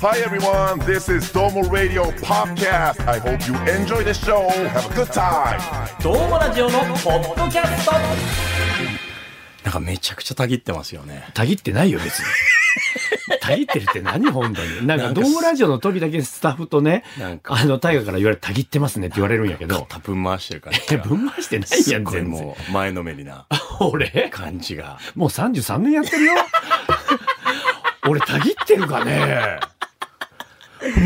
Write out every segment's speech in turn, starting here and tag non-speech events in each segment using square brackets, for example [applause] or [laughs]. Hi everyone, this is Domo Radio Podcast. I hope you enjoy the show. Have a good time. どうもラジオのポッドキャストなんかめちゃくちゃたぎってますよね。たぎってないよ、 [laughs] 別に。たぎってるって何本当に。なんか、ドームラジオの時だけスタッフとねなん、かあの、大河から言われてたぎってますねって言われるんやけど。肩分回してる感 [laughs] いじ [laughs] や、が。分回してないすやっん、ごい全然。もう前のめりな俺感じが。もう33年やって [laughs] るよ。俺、たぎってるか [laughs] ね。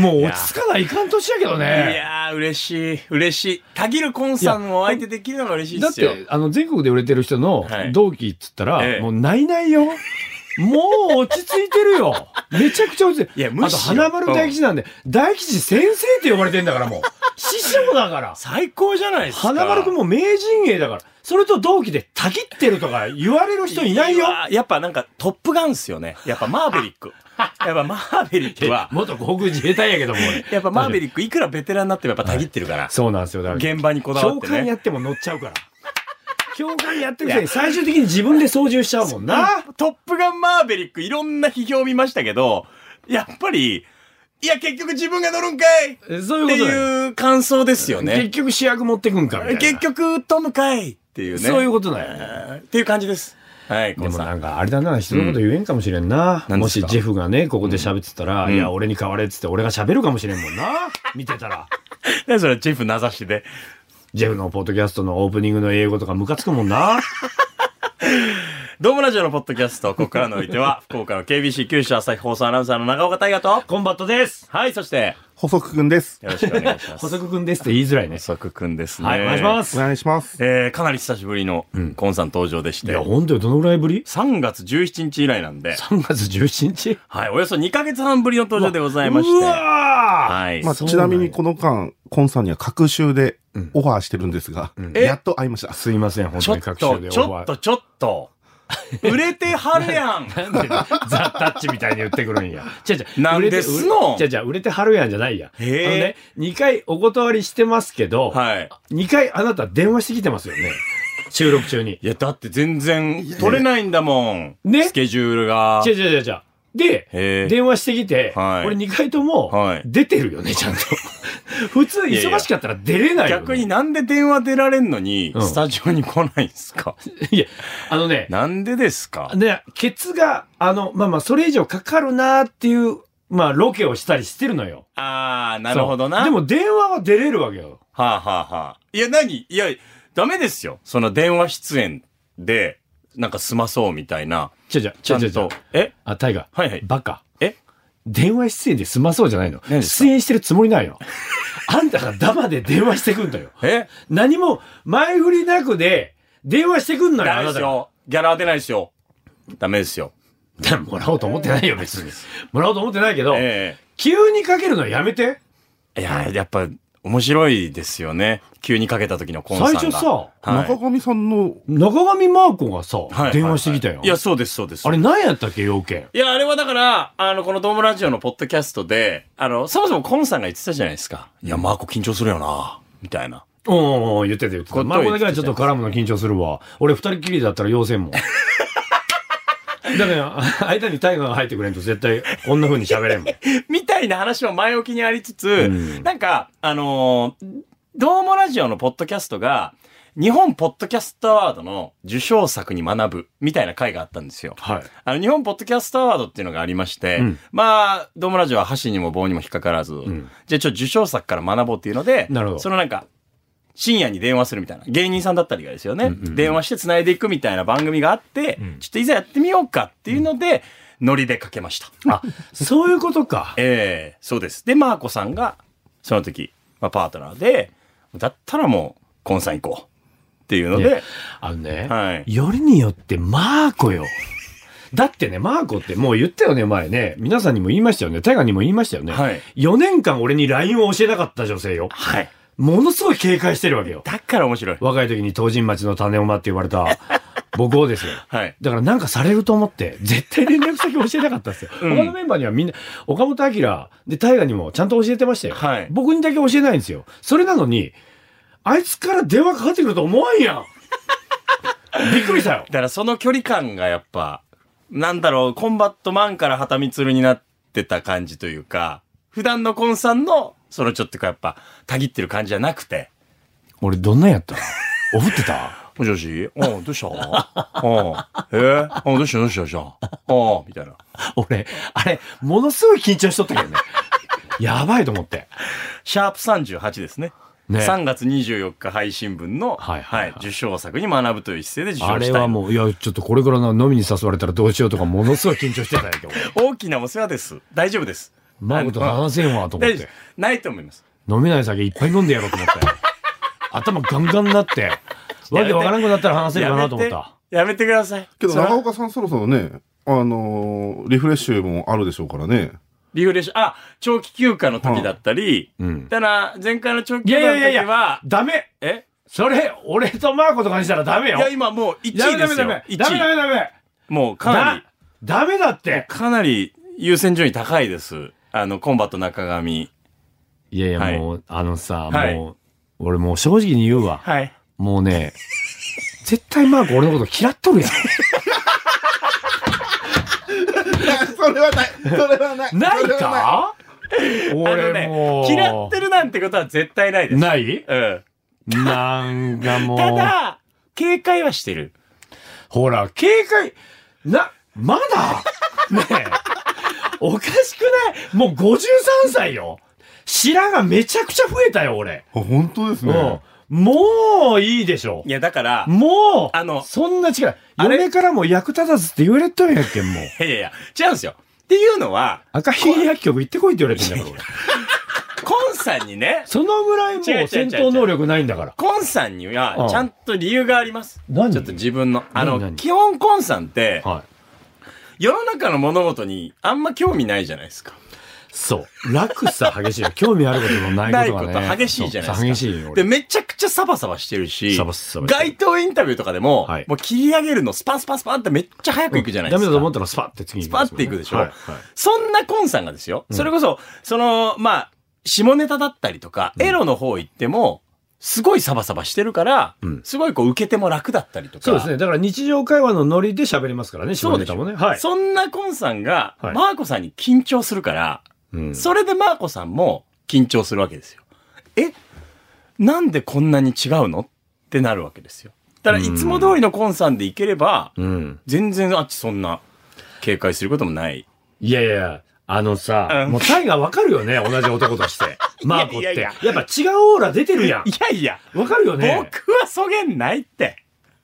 もう落ち着かないかん年やけどいね。やー、嬉しい。嬉しい。たぎるコンさんを相手できるのが嬉しいだでっすよ。て、あの、全国で売れてる人のはい同期っつったら、ええもうないないよ。もう落ち着いてる [laughs] よ。めちゃくちゃ落ち着いてる。いやむしろあと、花丸大吉なんで、大吉先生って呼ばれてんだからもう。師匠だから。最高じゃないですか。花丸くんも名人芸だから。それと同期で、たぎってるとか言われる人いないよ。や。やっぱなんかトップガンっすよね。やっぱマーベリッ [laughs] ク。やっぱマーベリックは、元航空自衛隊やけども俺。やっぱマーベリックいくらベテランになってもやっぱたぎってるから。そうなんですよ。だから現場にこだわって教官ね。やっても乗っち [laughs] ゃうから。教官やってるくせに最終的に自分で操縦しちゃうもんな。トップガンマーベリックいろんな批評見ましたけど、やっぱり、いや結局自分が乗るんかいそういうってことだよ。いう感想ですよ結ね。局主役持ってくんかみたいな。結局、トムかいっていうね。そういうことだよ。えーっていう感じです。はい、コでンもさん。なんかあれだな、人のこと言えんかもしれんな。うんも何ですしかジェフがね、ここで喋ってたら、うんいや、俺に代われっつって俺が喋るかもしれんもんな。見てたら。ねそれジェフ名指しで。ジェフのポッドキャストのオープニングの英語とかムカつくもんな。ドームラジオのポッドキャスト、ここからのおいて [laughs] は、福岡の KBC 九州朝日放送アナウンサーの長岡大河と、コンバットです。はい、そして、細くくんです。よろしくお願いします。細くくんですって言いづらいね。細くくんですね。。はい、お願いしますおす。願いします。えー、かなり久しぶりの、コンさん登場でしいてや、、ほんとよ、どのぐらいぶり3月17日以来なんで、 ?3 月17日はい、およそ2ヶ月半ぶりの登場でございまして、うわはいまあ、。ちなみにこの間、コンさんには隔週でオファーしてるんですが、んやっと会いましたー。すいません、本ちょ当っと、ちに各所でオフょァっーと、。ちょっと、売れてはる [laughs] やん。ザ・タッチみたいに言ってくるんや。じゃじゃ、なんですのじゃじゃ、売れてはるやんじゃないや。あのへえね、2回お断りしてますけど、はい。 2回あなた電話してきてます [laughs] よね。収録中に。いや、だって全然取れないんだもん。ねスケジュールがじ。ゃじゃじゃじゃ。へえで、電話してきて、はい俺2回ともはい出てるよね、ちゃんと。 [laughs] 普通いやいや忙しかったら出れないよね、逆になんで電話出られんのに、うんスタジオに来ないんす [laughs] かいや、あのね、なんでですかね、ケツが、あの、まあまあ、それ以上かかるなっていう、まあ、ロケをしたりしてるのよ。あー、なるほどそな。うで、も、電話は出れるわけよ。はあ、はあはあ、いや、何いや、ダメですよ。その電話出演で、なんか済まそうみたいな。ちゃじゃ、ちゃんちゃと。えあ、タイガー。はいはいバカ。え電話出演で済まそうじゃないの。何ですか出演してるつもりないの。 [laughs] あんたがダマで電話してくんだよ。え何も前振りなくで電話してくんのよ、ダメあでなすたが。よ。ギャラは出ないですよ。ダメですよ。でももらおうと思ってないよ、別 [laughs] に。もらおうと思ってないけど、え急にかけるのやめて。えいや、やっぱ、面白いですよね。急にかけた時のコンさん最が。初さ、はい中上さんの、中上真亜子がさ、はい電話してきたよ。いや、そうです、そうです。あれ何やったっけ、要件。いや、あれはだから、あの、このドームラジオのポッドキャストで、あの、そもそもコンさんが言ってたじゃないですか。いや、マーコ緊張するよな、みたいな。おー、言ってた言ってこた。っとまあ、これだけはちょっと絡むの緊張するわ。俺二人きりだったら要せ [laughs] んもん。だから、あ間にタイガーが入ってくれんと絶対こんな風に喋れ [laughs] んもん。 [laughs] みたいな話も前置きにありつつ、なんか、あのードームラジオのポッドキャストが、日本ポッドキャストアワードの受賞作に学ぶ、みたいな回があったんですよ。はい。あの、日本ポッドキャストアワードっていうのがありまして、うんまあ、ドームラジオは箸にも棒にも引っかからず、んじゃあちょっと受賞作から学ぼうっていうので、なるほどそのなんか、深夜に電話するみたいな。芸人さんだったりがですよね。電話して繋いでいくみたいな番組があって、ちょっといざやってみようかっていうので、ノリでかけました。あ、そういうことか。ええそうです。で、マーコさんが、その時、まあ、パートナーで、だったらもう、コンさん行こう。っていうのいやで、あのね、はいよりによってマーコよ。だってね、マーコってもう言ったよね、前ね。皆さんにも言いましたよね。タイガーにも言いましたよね。はい4年間俺に LINE を教えなかった女性よ。はい。ものすごい警戒してるわけよ。だから面白い。若い時に東神町の種馬って言われた僕を [laughs] ですよ。はい。だからなんかされると思って、絶対連絡先教えなかったんですよ。ん他のメンバーにはみんな、岡本明、で、大河にもちゃんと教えてましたよ。はい僕にだけ教えないんですよ。それなのに、あいつから電話かかってくると思わんやん [laughs] びっくりしたよ。だからその距離感がやっぱ、なんだろう、コンバットマンから旗光るになっってた感じというか、普段のコンさんの、そのちょっとやっぱ、たぎってる感じじゃなくて、俺どんなんやったおふってたもしもしうん、どうしたうん。 [laughs] えうん、どうしたどうしたどうしたうん、みたいな。 [laughs] 俺、あれ、ものすごい緊張しとったけどね。 [laughs] やばいと思って。シャープ38ですね。ね3月24日配信分の、ははいいはいはい受賞作に学ぶという姿勢で受賞したい。あれはもう、いや、ちょっとこれからな飲みに誘われたらどうしようとか、ものすごい緊張してたんやけど。大きなお世話です。大丈夫です。マコと話せんわと思っ大丈て夫。ないと思います。飲めない酒いっぱい飲んでやろうと [laughs] 思って。頭ガンガンになって、わけわからんくなったら話せるかなと思った。やめてやめてください。けどそれ長岡さんそろそろね、あのーリフレッシュもあるでしょうからね。リフレッシュ、あ、長期休暇の時だったり、うん。ただ、前回の長期い休やい暇の時は、やいやいや、ダメえそれ、俺とマーコとかにしたらダメいよや、今もう1位ですダよ。メダメダメダ1メ位ダメダメもうかなり、ダメだってかなり優先順位高いです。あの、コンバット中上。いやいや、はいもう、あのさ、はいもう、俺もう正直に言うわ。はい。もうね、絶対マーク俺のこと嫌っとるや [laughs] それはない。それはない。ん。ないかあの俺もね、う。嫌ってるなんてことは絶対ないです。ないうん。なんかもう。ただ、警戒はしてる。ほら、警戒、な、まだねえ。おかしくないもう53歳よ。白髪めちゃくちゃ増えたよ、俺。あ本当ですうんね。。もういいでしょい。や、だから、もう、あのそんな違う。あれ嫁からも役立たずって言われとんやっけん、 [laughs] もう。いやいや、違うんですよ。っていうのは、赤ひげ薬局行ってこいって言われてんだから、俺。コンさんにね、そのぐらいもう違う違う違う違う戦闘能力ないんだから。コンさんにうんは、ちゃんと理由があります。何ちょっと自分の。あ何何の、基本コンさんって、はい。世の中の物事にあんま興味ないじゃないですか。そう。落差激しいよ。興味あることもなないいこことがね。と激しいじゃないですそうか。激しいよ、で、俺。めちゃくちゃサバサバしてるし、サバサバしてる街頭インタビューとかでも、はいもう切り上げるのスパンスパンスパンってめっちゃ早くいくじゃないでダすメか。だと思ったらスパッて次に行きますもんねスパッて行くでしょはいはいそんなコンさんがですよ、それこそ、その、まあ、下ネタだったりとか、エロの方行っても、すごいサバサバしてるから、うんすごいこう受け手も楽だったりとか。そうですね。だから日常会話のノリで喋りますからね、そう下でネしタょもね。はい。そんなコンさんが、はいマーコさんに緊張するから、うんそれでマーコさんも緊張するわけですよ。えなんでこんなに違うのってなるわけですよ。ただいつも通りのコンさんでいければ、うん。全然あっちそんな警戒することもない。いやいや、あのさ、うんもうタイがわかるよね、同じ男として。マーコ [laughs] っいやいて。ややっぱ違うオーラ出てるやいやいや、ん。わかるよね。僕はそげんないって。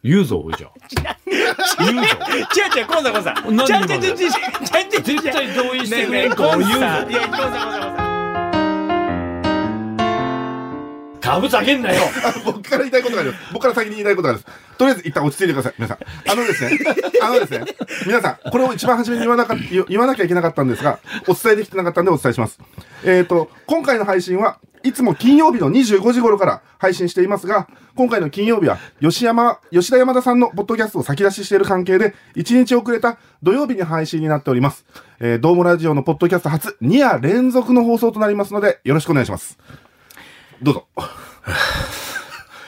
言うぞ、おいじゃあ。違う違う、コンさんコンさん。何違う今の違う違う違う違う違う違う絶対同意してくれんねえねえかコらン言うぞ。さん。いや、コンさんコンさんコンさん。かぶざけんなよ。あ [laughs] 僕から言いたいことがあります。僕から先に言いたいことがあります。とりあえず一旦落ち着いてください、皆さん。あのですね、あのですね、皆さん、これを一番初めに言わなか言言わなきゃいけなかったんですが、お伝えできてなかったんでお伝えします。えっ、と、今回の配信はいつも金曜日の25時頃から配信していますが、今回の金曜日は吉山、吉田山田さんのポッドキャストを先出ししている関係で、1日遅れた土曜日に配信になっております。えー、ドームラジオのポッドキャスト初2夜連続の放送となりますので、よろしくお願いします。どうぞ。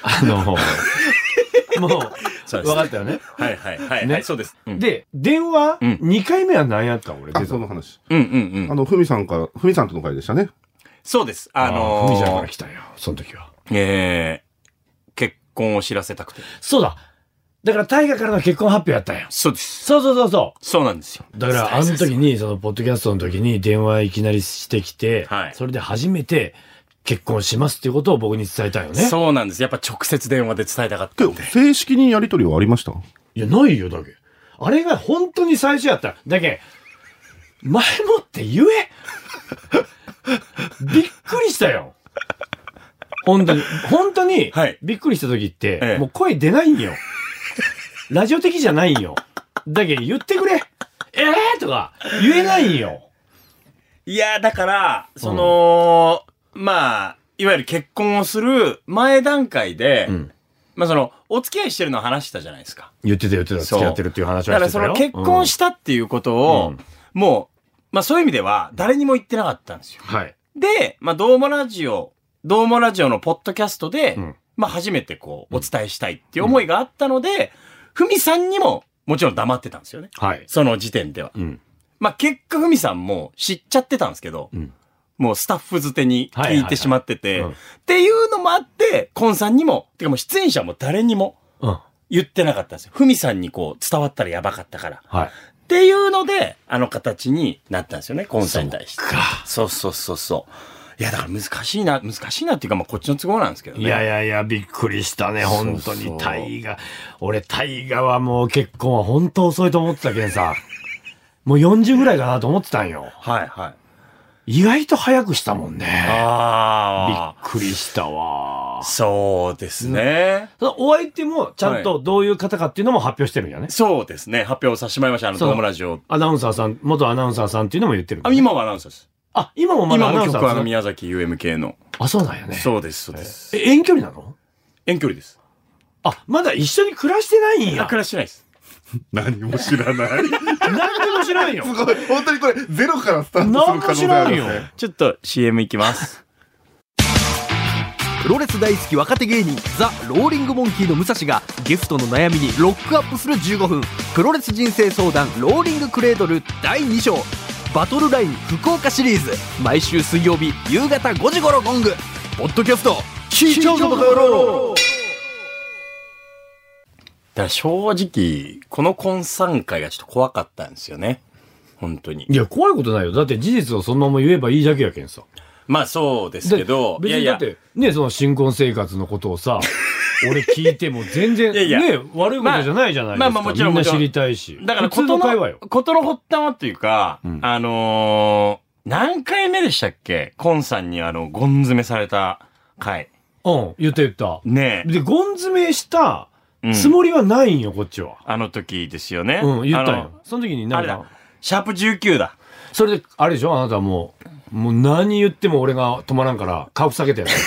あ [laughs] の、もそうう、ですわかったよね。はいはいはい。ねはいそうです。うんで、電話、うん2回目は何やったん俺、あ、出たその。の話。うんうんうあん。の、ふみさんから、ふみさんとの会でしたね。そうです。あのーふみちゃんから来たんよ、その時は。えー、結婚を知らせたくて。そうだ。だからタイガからの結婚発表やったんよ。そうです。そうそうそうそう。そうなんですよ。だから、あの時に、その、ポッドキャストの時に電話いきなりしてきて、はいそれで初めて結婚しますっていうことを僕に伝えたよね。そうなんです。やっぱ直接電話で伝えたかったけ。ど、正式にやりとりはありましたいや、ないよ、だけ。あれが本当に最初やった。だけ、前もって言え [laughs] びっくりしたよ。本当に、本当にはい、びっくりした時って、ええもう声出ないんよ。ラジオ的じゃないんよ。だけ言ってくれええー、とか言えないんよ。いや、だから、その、まあ、いわゆる結婚をする前段階で、うんまあその、お付き合いしてるの話したじゃないですか。言ってた言ってた、付そうき合ってるっていう話だはかしてたらよその結婚したっていうことを、うんもう、まあそういう意味では誰にも言ってなかったんですよ。うんはい。で、まあどうもラジオ、どうもラジオのポッドキャストで、うんまあ初めてこうお伝えしたいっていう思いがあったので、ふみ、さんにももちろん黙ってたんですよね。はい。その時点では。うん。まあ結果、ふみさんも知っちゃってたんですけど、んもうスタッフづてに聞いてしまってはいて、はいはいうんっていうのもあって、コンさんにも、てかもう出演者も誰にもうん。言ってなかったんですよ。ふみさんにこう伝わったらやばかったから。はい。っていうので、あの形になったんですよね、コンさんに対して。そうそうそうそう。いや、だから難しいな、難しいなっていうか、まあこっちの都合なんですけどね。いやいやいや、びっくりしたね、本当そうそに。う大河。俺、大河はもう結婚は本当遅いと思ってたけんさ。もう40ぐらいかなと思ってたんよ。はいはい。意外と早くしたもんね。びっああ。くりしたわ。そうですね。そのお相手も、ちゃんとどういう方かっていうのも発表してるんやね。そうですね。発表させてもらいました、あの、そうドームラジオ。アナウンサーさん、元アナウンサーさんっていうのも言ってるんだあ、ね、今はアナウンサーです。あ、今もまだ今アナもウンサ曲はあのーさん。宮崎 UMK の。あ、そうなんやね。そうです、そうです。え、遠距離なの遠距離です。あ、まだ一緒に [laughs] 暮らしてないんあ、や。暮らしてないです。何も知らない。す何でも知 [laughs] らんよ。ごい。本当にこれ、ゼロからスタート何するも可能知性あらんるよよ。。 [laughs] ちょっと CM いきます。プロレス大好き若手芸人ザ・ローリングモンキーの武蔵がゲストの悩みにロックアップする15分プロレス人生相談ローリングクレードル第2章バトルライン福岡シリーズ毎週水曜日夕方5時頃ゴングポッドキャスト聞いちゃうぞバカ野郎だから正直、このコンサン会がちょっと怖かったんですよね。本当にい。や、怖いことないよ。だって事実をそのまま言えばいいだけやけんさ。まあそうですけど、い別やにいだやって、、ね、その新婚生活のこと [laughs] をさ、俺聞いても全然、いやいやね、悪いことじゃないじゃないですか。まあまあもちろんみんもなちろ知んりたいし。だから普通ことの会話のよ、。ことの発端はっていうか、うんあのー何回目でしたっけコンさんにあの、ゴン詰めされた回。うん、言った言った。ねえ。で、ゴン詰めしたうんつもりはないんよ、こっちは。あの時ですよね。うん、言ったんあよの。その時になあんれかだ、。シャープ19だ。それで、あれでしょあなたはもう、もう何言っても俺が止まらんから、顔下げてやっ [laughs] たでし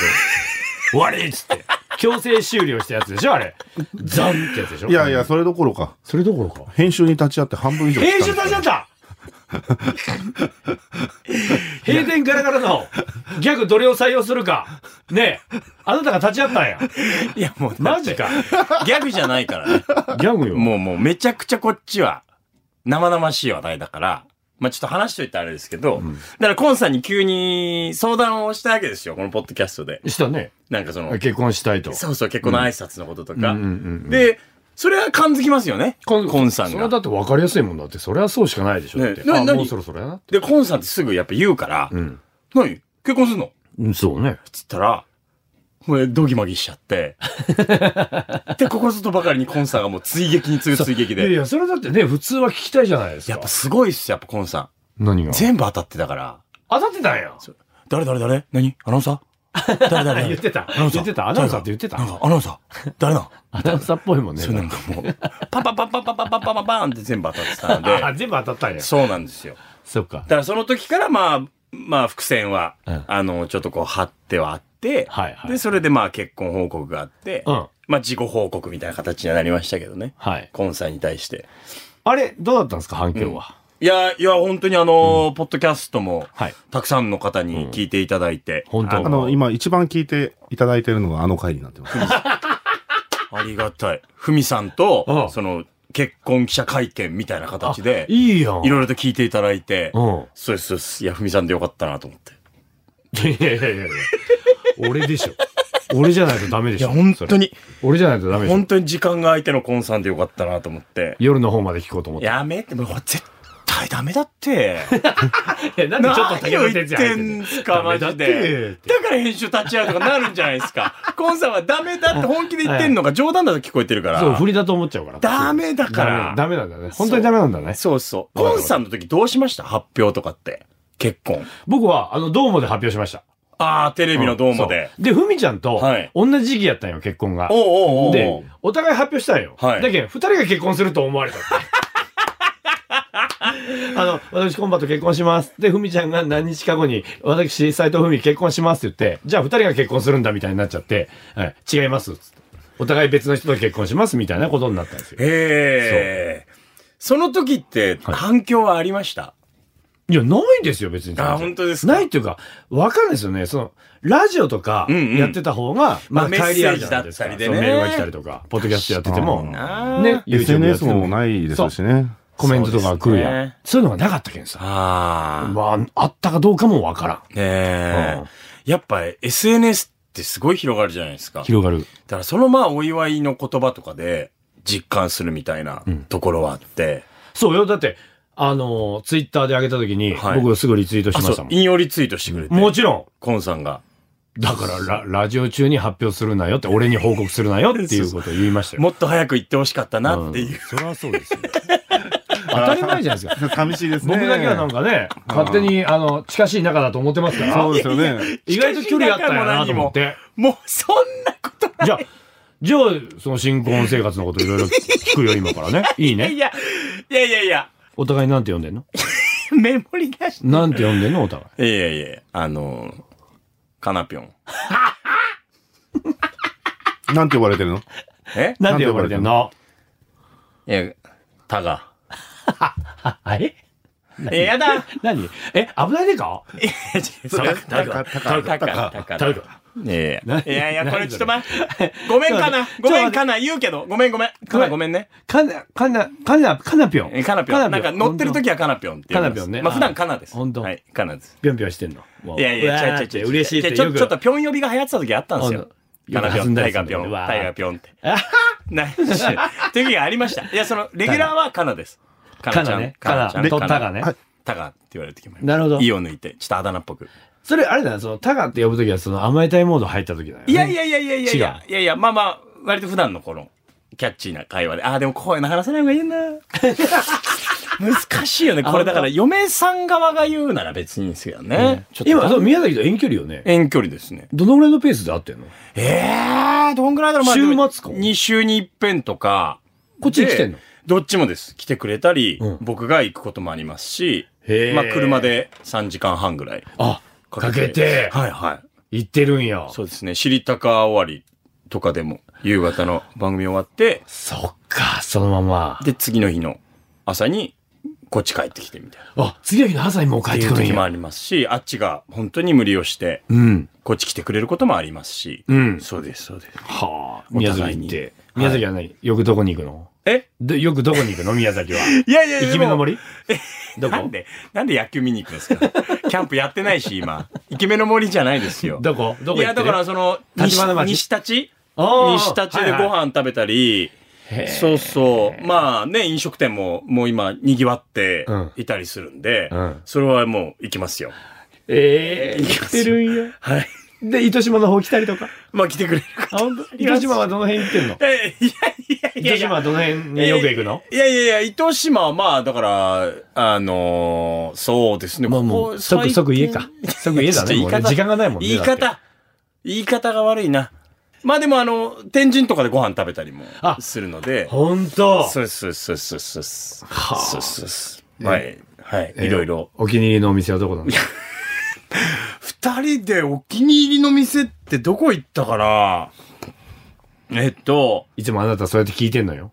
ょ終わりっつって。強制終了したやつでしょあれ。ザンってやつでしょいやいや、、それどころか。それどころか。編集に立ち会って半分以上来たん編です集よ。立ち会 [laughs] った閉店ガラガラのギャグどれを採用するか。ねえ、あなたが立ち会ったんや。いやもう、マジか。ギャグじゃないからね。ギャグよ。 [laughs] もうもうめちゃくちゃこっちは生々しい話題だから、まあちょっと話しといてあれですけど、だからコンさんに急に相談をしたわけですよ、このポッドキャストで。したね。なんかその、結婚したいと。そうそう結婚の挨拶のこととか。うんうんうんで、それは感づきますよね、コンさんそれはがだ。って分かりやすいもんだって、それはそうしかないでしょ。だねってなあ、何もうそろそろやな。で、コンさんってすぐやっぱ言うから、ん何結婚すんのうん、そうね。つったら、もうドギマギしちゃ [laughs] って。で、ここずっとばかりにコンさんがもう追撃に次ぐ追撃いやいで。や、それはだってね、普通は聞きたいじゃないですか。やっぱすごいっすよ、やっぱコンさ何ん。が全部当たってたから。当たってたんや。誰誰誰何アナウンサー誰誰誰言ってたアナウンサ言ーってたアナウンサーって言ってた誰だなんかアナウンサー誰なアナウンサーっぽいもんね。それなんかもう、パンパンパンパンパンパンパンパンパンパンって全部当たってたああ、ので、全部当たったんや。そうなんですよ。そっかだ。からその時からまあ、まあ伏線は、うんあの、ちょっとこう張ってはあって、はいはいで、それでまあ結婚報告があって、うん。まあ自己報告みたいな形にはなりましたけどね。はい。コンさんに対して。あれ、どうだったんですか、反響は。いや、いや、本当にあの、ポッドキャストも、はいたくさんの方に聞いていただいて、本当あの、今一番聞いていただいてるのがあの回にな [laughs] ってます。ありがたい。ふみさんああと、その、結婚記者会見みたいな形で、いいいやん。ろいろと聞いていただいて、うん。そうです、そうです。いや、ふみさんでよかったなと思って。いやいやいやいや。俺でしょ。俺じゃないとダメでいしや、ょ。本当に、それ俺じゃないとダメでしょ。本当に時間が空いてのコンさんでよかったなと思って。夜の方まで聞こうと思って。やめて、もう絶対ダメだって。いや、なん [laughs] 何を言ってんすか、マジで。だだから編集立ち会うとかなるんじゃないです [laughs] か。コンさんはダメだって本気で言ってんのが冗談だと聞こえてるかそう、ら振。りだと思っちゃうから。ダメだから。ダメダメなんだね。本当にダメなんだね。そうそう。コンさんの時どうしました発表とかって。結婚。僕は、あの、ドームで発表しました。ああ、テレビのドームで。そうで、ふみちゃんとはい、同じ時期やったんよ、結婚が。おうおうおうで、お互い発表したんよ。はいだけど、二人が結婚すると思われたって。 [laughs] あの、私、コンバと結婚します。で、ふみちゃんが何日か後に、私、斎藤ふみ結婚しますって言って、じゃあ二人が結婚するんだみたいになっちゃって、はい、違いますっつって。お互い別の人と結婚しますみたいなことになったんですよ。へえ。その時って反響はありました、いや、ないですよ、別に。あ本当ですかないっていうか、わかんないですよね。その、ラジオとかうんうんやってた方が、まあまあ、帰りあるメッセージじゃないですか。だったりでそうねメールが来たりとか、ポッドキャストやってても、なあね、YouTube やってて SNS もないですしね。コメントとかが来るやん。そそうう,、ですねいうのがなかったけんさ。ああ。まあ、あったかどうかもわからん。ねえうん。やっぱ SNS ってすごい広がるじゃないですか。広がる。だからそのまあお祝いの言葉とかで実感するみたいなところはあって。そうよ。だって、あのー、ツイッターで上げた時に、はい僕すぐリツイートしあ、ましそたう。もん。引用リツイートしてくれて。もちろん。コンさんが。だからラ、ラジオ中に発表するなよって、俺に報告するなよっていうことを言いましたよ。もっと早く言ってほしかったなっていう。んそれはそうですよ。当たり前じ [laughs] ゃないですか。寂しいですね。僕だけはなんかね、勝手に、あの、近しい仲だと思ってますから。そうですよね。意外と距離あったんやなと思って。もうそんなことじゃあ、じゃあ、その新婚生活のこといろいろ聞くよ、今からね。いいない。いね。や、いやいやいや、お互いなんて呼ん [laughs] でんのメモリ出しなんて呼んでんのお互い。て。いやいやいや、あの、カナピョン。なんて呼ばれてるのえなんて呼ばれてんのいや、タガ。はいえ、やだ何え、危ないでか [laughs] それタガ。タタカガ。タガ。タガ。いやいや。いやいや、これちょっと待って。ごめんかな。ごめんかな。言うけど。ごめんごめん。かなごめんね。かな、かな、かな、かなぴょん。えカナピョン。なんか乗ってる時はカナピョンって言いますカナピョンねまあ普段カナです。ほんとはい、カナです。ぴょんぴょんしてんの。もういやいや、うわ違うーっ違うて違う。嬉しいっやてちよょくちょっとピョン呼びが流行ってた時あったんですほよんと。カナピョン、タイよく弾ガんだやつピョン、わータイガピョンって。ないし。っていう時がありました。いや、その、レギュラーはカナです。カかなね。かな。と、たが。ね。タガって言われてきました。なるほど意を抜いて、ちょっとあだ名っぽく。それ、あれだな、その、たがって呼ぶときは、その、甘えたいモード入ったときだよね。いやいやいやいやいやいや違、いやいや、まあまあ、割と普段のこの、キャッチーな会話で、ああ、でも声の話せない方がいい [laughs] な。難しいよね。これだから、嫁さん側が言うなら別にいいんですけどね。ちょっと今、そう宮崎と遠距離よね。遠距離ですね。どのぐらいのペースで会ってんのええー、どんぐらいだろう、週末か ?2 週に一遍とか。こっちに来てんのでどっちもです。来てくれたり、うん僕が行くこともありますしへ、ーまあ車で3時間半ぐらいあ、かけて、はいはい。行ってるんや。そうですね。知りたか終わりとかでも、夕方の番組終わって、そっか、そのまま。で、次の日の朝に、こっち帰ってきてみたいな。あ、次の日の朝にもう帰っってていうくるん時もあや。りますし、あっちが本当に無理をして、うん。こっち来てくれることもありますし。うんそうです、そうです。はあ、お宮互い崎に行って。宮崎は何よくどこに行くのえでよくどこに行くの宮崎は。 [laughs] いやいやいや。生き目の森どこなんで、なんで野球見に行くんですか [laughs] キャンプやってないし、今。イケメンの森じゃないですよ。どこどこ行ってるいや、だからその、西橘町西立ちあー西立ちではいごは飯食べたり、そうそう。まあね、飲食店ももう今賑わってうんいたりするんで、うんそれはもう行きますよ。ええ行き行まっすよてるんや。 [laughs] はい。で、糸島の方来たりとか。まあ来てくれるか。あ、本当糸島はどの辺行ってんのえいやい [laughs] やいや糸いや。島はどの辺によく行くのいやいやいや、糸島はまあ、だから、あのーそうですね。まあここもう、即、最近即家か。即家だね。 [laughs] ちもょうっとね時間がないもんね。言いだって。方。言い方が悪いな。まあでもあの、天神とかでご飯食べたりもあするので。ほんとそうです、そうです、そうです。はあそうですそうです。はい。はい。いろいろ。お気に入りのお店はどこなの二人でお気に入りの店ってどこ行ったかなえっと、いつもあなたそうやって聞いてん [laughs] のよ。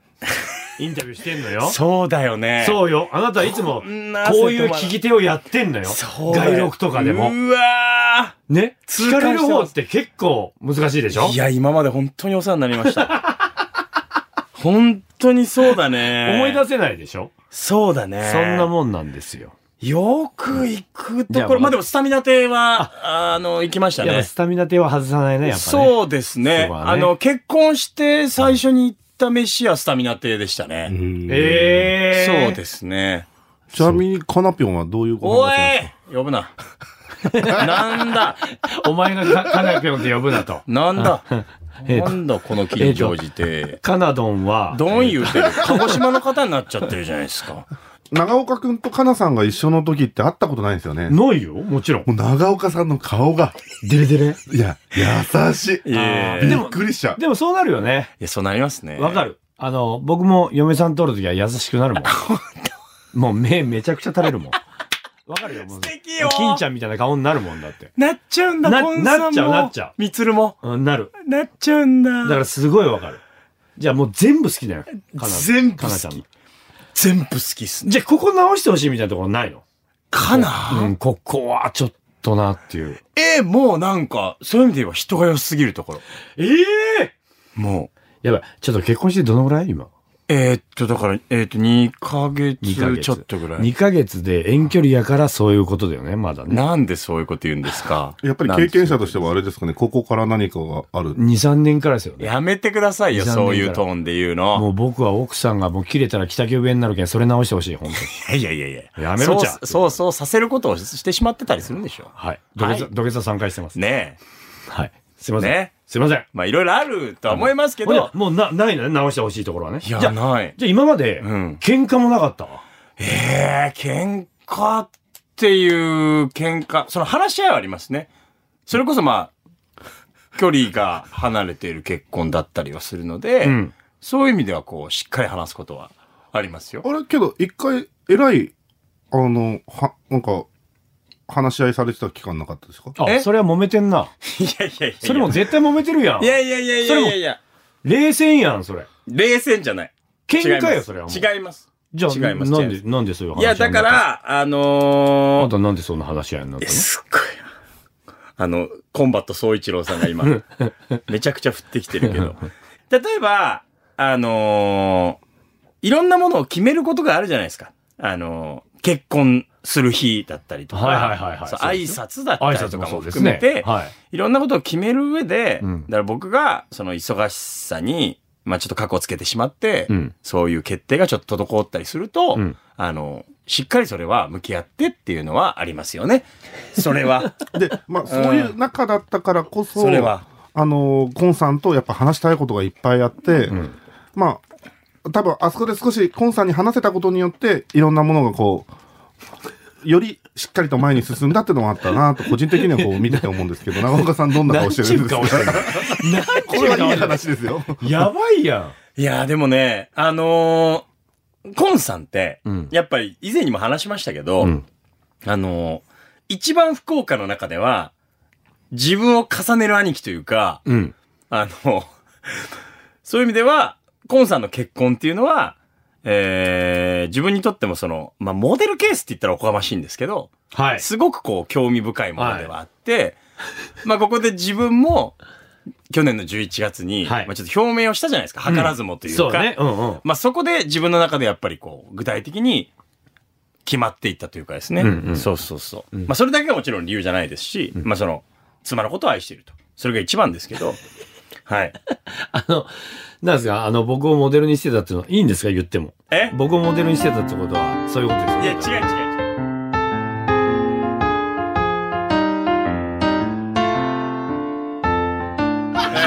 インタビューしてんのよ。そうだよね。う。そうよ。あなたはいつも、こう [laughs] こんな汗止まらいないう聞き手をやってんのよ。外録とかでも。うわね。痛感して聞かれまるす方って結構難しいでしょーいや、今まで本当にお世話になりました。 [laughs] 本当にそうだね。思い出せないでしょそうだね。そんなもんなんですよ。よく行くとじゃあころ、まあまあでもスタミナ亭は、あの、行きましたやっぱね。スタミナ手は外さないね、やっぱね。そうですねそこはねあの、結婚して最初に行った飯はスタミナ亭でしたね。ええー。そうですね。ちなみに、カナピョンはどういうごおい飯なんです呼ぶな。 [laughs] なんだ。お前がカカナピョンって呼ぶなとなんだえーなんだこの気に乗じて。カナドンは、どん言うてる鹿児島の方になっちゃってるじゃないですか。か長岡くんとカナさんが一緒の時って会ったことないんですよね。なもいよ、も [laughs] ちろん。う長岡さんの顔が、デレデレ。いや、優しい。いやびいっくりしちゃう。でもそうなるよね。や、そうなりますね。わかる。る。あの、僕も嫁さんとるときは優しくな [laughs] るもん。もう目めちゃくちゃ垂れるもん。わかるよ、もう。素敵よ金ちゃんみたいな顔になるもんだって。なっちゃうんだ、なコンさんも。なっちゃうなっちゃうみつるも。うん、なる。なっちゃうんだ。だからすごいわかる。じゃあもう全部好きだよ。かな全部好きかなちゃんの。全部好きっすね。じゃあここ直してほしいみたいなところないのかなうん、ここはちょっとなっていう。えー、もうなんか、そういう意味で言えば人が良すぎるところ。ええもやばい。ちょっと結婚してどのぐらい今。えーっと、だから、えーっと、2ヶ二ヶ月月ちょっとぐら2い。ヶ月で遠距離やからそういうことだよね、まだね。なんでそういうこと言うんですかやっぱり経験者としてはあれですかね、ここから何かがある。 2、3年からですよね。やめてくださいよ、残念そういうトーンで言うもの。う僕は奥さんがもう切れたら北京弁になるけん、それ直してほしい、本当に。いやいやいやいや。やめろじゃそうそうそうさせることをしてしまってたりするんでしょ。はい。土下 [laughs] 座、は土下座3回してます。ねえ。はい。すいません。ねすいません。まあいろいろあるとは思いますけほんじど。ゃもうな、ないのね、直してほしいところはね。いじゃや、あ、ない。じゃあ今まで、うん喧嘩もなかったわ。ええ喧嘩っていう喧嘩、その話し合いはありますね。それこそまあ、距離が離れている結婚だったりはするので、うんそういう意味ではこう、しっかり話すことはありますよ。あれけど、一回、えらい、あの、は、なんか、話し合いされてた期間なかったですかあ、えそれは揉めてんな。いやいやいやいや。それも絶対揉めてるやんい。やいやいやいやいやいや。冷戦やん、それ。冷戦じゃない。喧嘩違いよ、ますそれはもう。違います。じゃあ、違いますなん違いで、なんでそういう話いや、だかになったら、あの、あのー、んたなんでそんな話し合いになったのすっごい。あの、コンバット総一郎さんが今、 [laughs] めちゃくちゃ降ってきてるけど。例えば、あのーいろんなものを決めることがあるじゃないですか。あのー結婚する日だったりとか、はいはいはいはいそうそう挨です拶だったりとかも含めて、はい。いろんなことを決める上で、うんだから僕がその忙しさに、まあちょっと過去をつけてしまって、うんそういう決定がちょっと滞ったりすると、うんあの、しっかりそれは向き合ってっていうのはありますよね。それ [laughs] は。で、まあ、そういう中だったからこそ、それはあの、コンさんとやっぱ話したいことがいっぱいあって、まあ、多分あそこで少しコンさんに話せたことによって、いろんなものがこう、よりしっかりと前に進んだってのもあったなと、個人的にはこう見てて思うんですけど、長岡さんどんな顔してるんですかなんちゅう顔してんのこれはいい話ですよ。やばいやん。いやーでもね、あのーコンさんって、うんやっぱり以前にも話しましたけど、うんあのー一番福岡の中では、自分を重ねる兄貴というか、うん。あの、そういう意味では、コンさんの結婚っていうのは、えー、自分にとってもその、まあ、モデルケースって言ったらおこがましいんですけど、はい。すごくこう、興味深いものではあって、まあ、ここで自分も、去年の11月に、はいまあ、ちょっと表明をしたじゃないですか、図らずもというか、そうね。うんうん。まあ、そこで自分の中でやっぱりこう、具体的に決まっていったというかですね。うんうんそうそうそう。まあ、それだけがもちろん理由じゃないですし、まあ、その、妻のことを愛していると。それが一番ですけ [laughs] ど、はい。あの、なんですか、あの、僕をモデルにしてたっていうのはいいんですか、言っても。え僕をモデルにしてたってことは、そういうことですよいや、ね違う違う違う。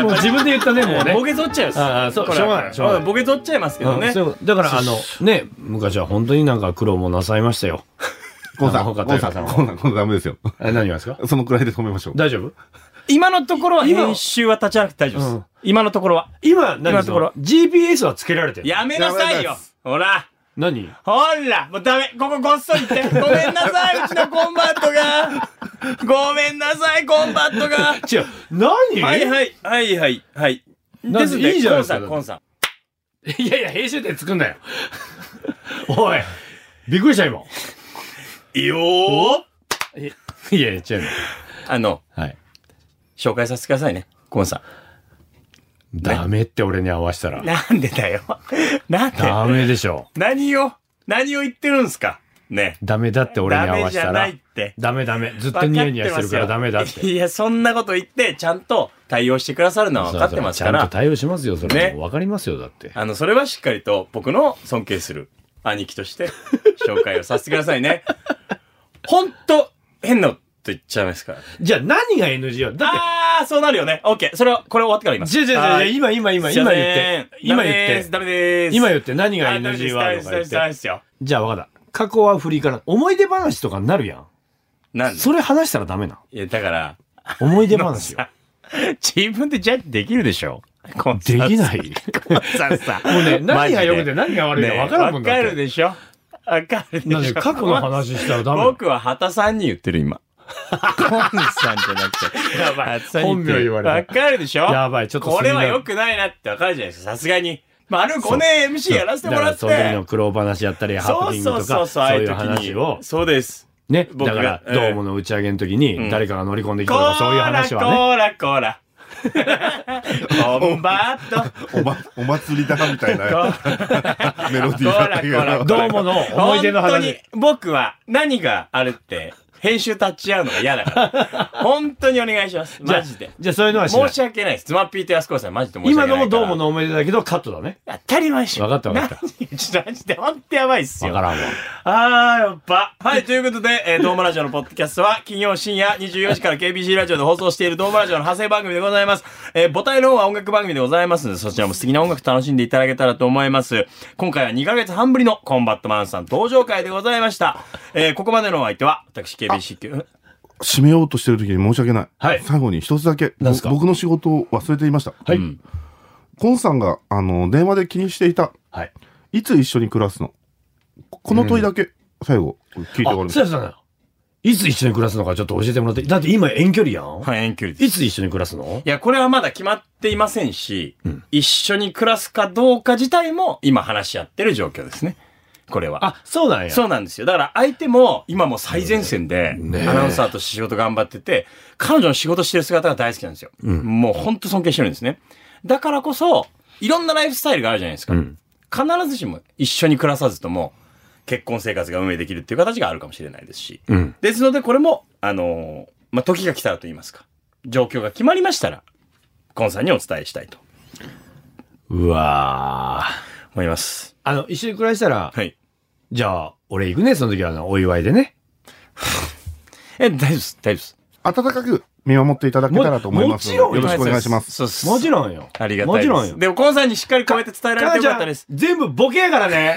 もう自分で言ったね、もうね。ボケ取っちゃうです。ああそうこれしょうがないしょうがないボケ取っちゃいますけどうねん。そういうことだから、あの、ね、昔は本当になんか苦労もなさいましたよ。コンさん、長コ岡ンさん、コ豊さんンさん、コンさんダメですよ。 [laughs] え何がですかそのくらいで止めましょう。大丈夫今のところは今編集は立ち上がって大丈夫です。うん今のところは。今、何今でのすところか ?GPS はつけられてる。やめなさいよほら何ほらもうダメここごっそり行ってごめんなさいうちのコンバットがごめんなさいコンバットが違う。何はい [laughs] はい、はいはい、はい。なんでですね、いいじゃないですかコンさん、コンさん。いやいや、編集点作んなよ。 [laughs] おい、びっく [laughs] りした、今。いいよーいやいや、違うよ。あの、はい。紹介させてくださいね、コンさダメって俺に合わせたらん。。なんでだよ。 [laughs] なんダでメでしょ。何を、何を言ってるんすかね。ダメだって俺にダ合メわじせゃたならいっ。て。ダメダメ。ずっとニヤニヤしてるからわダメだっってます。よいや、そんなこと言って、ちゃんと対応してくださるのは分かってますかちゃんらと、対応しますよ、それ。ねわかりますよ、だって。あの、それはしっかりと僕の尊敬する兄貴として紹介をさせてください [laughs] ね。ほんと、変なこと言っちゃいますから。じゃあ何が NG よ。だって、あー、そうなるよね。オッケー。それは、これ終わってから今。じゃじゃじゃ今今今今言って。今言ってダ。メです。今言言って何が NG ワでードす。かダメで言っす。ダメて。ですよ。じゃあ分かった。過去は振りから。思い出話とかになるやん。なんでそれ話したらダメな。いや、だから、思い出話 [laughs] よ。さ自分でジャッジできるでしょコンサでートきない。さんさ。もう [laughs] ね、何が良マジでくて何が悪いか分からんもんねだえっわかて。るでしょわかるでなんしでょ過去の話したらダメ。僕は畑さんに言ってる [laughs] 今。コンさんじゃなくて。やばい。本名言われたわかるでしょ [laughs] やばいちょっとこれはすみません良くないなってわかるじゃないですか、さすがに。丸5年 MC やらせてもらって。だからその時の苦労話やったり、ハそプうニングそとうか、そうそう、そういう話ああいを時に。そうです。ね、僕だがから、ええドームの打ち上げの時に、ん誰かが乗り込んできこたとか、そういう話はね。らこらこら。本場と。おま、 [laughs] お祭りだみたいな [laughs] メロディーこだっらたこけど。ら。どうもの思い出の話本当に、僕は何があれって、編集立ち会うのが嫌だ [laughs] から。本当にお願いします。マジで。じゃあそういうのはしな申いし訳ないです。つまっぴーと安子さん、マジで申し訳な今いかのら。もどうもの思い出だけどカットだね。当たり前っしょ。わかったわかった何。ちょっとマジで、ほんとやばいっすわよ。からんわ。あー、やっぱ。はい、ということで、えー、ドームラジオのポッドキャストは、金曜深夜24時から KBC ラジオで放送しているドームラジオの派生番組でございます。えー、母体の方は音楽番組でございますので、そちらも素敵な音楽楽しんでいただけたらと思います。今回は2ヶ月半ぶりのコンバットマンさん登場会でございました。えー、ここまでのお相手は、私 KBC 級。締めようとしてる時に申し訳ない。はい最後に一つだけ、なんすかぼ僕の仕事を忘れていました。はい。コンさんが、あの、電話で気にしていた、はい。いつ一緒に暮らすのここの問いだけ、最後、聞いてあおり、ますそう。やそうや。いつ一緒に暮らすのかちょっと教えてもらって。だって今遠距離やん。はい、遠距離です。いつ一緒に暮らすのいや、これはまだ決まっていませんし、一緒に暮らすかどうか自体も、今話し合ってる状況ですね。これは。あ、そうなんや。そうなんですよ。だから相手も今もう最前線でえアナウンサーとして仕事頑張ってて、彼女の仕事してる姿が大好きなんですよ。もうほんと尊敬してるんですね。だからこそ、いろんなライフスタイルがあるじゃないですか。必ずしも一緒に暮らさずとも、結婚生活が運営できるっていう形があるかもしれないですし。うん。ですので、これも、あのーまあ、時が来たらと言いますか、状況が決まりましたら、コンさんにお伝えしたいとうわー思います。あの、一緒に暮らしたら、はい。じゃあ、俺行くね、その時はあの、お祝いでね。え、大丈夫です、大丈夫です。温かく見守っていただけたらと思いますので。ももちろんよろしくお願いします。そうです。もちろんよ。ありがもたいでちす。ろんよ。でも、コンさんにしっかりこうやって伝えられ母てちよかゃったんです。全部ボケやからね。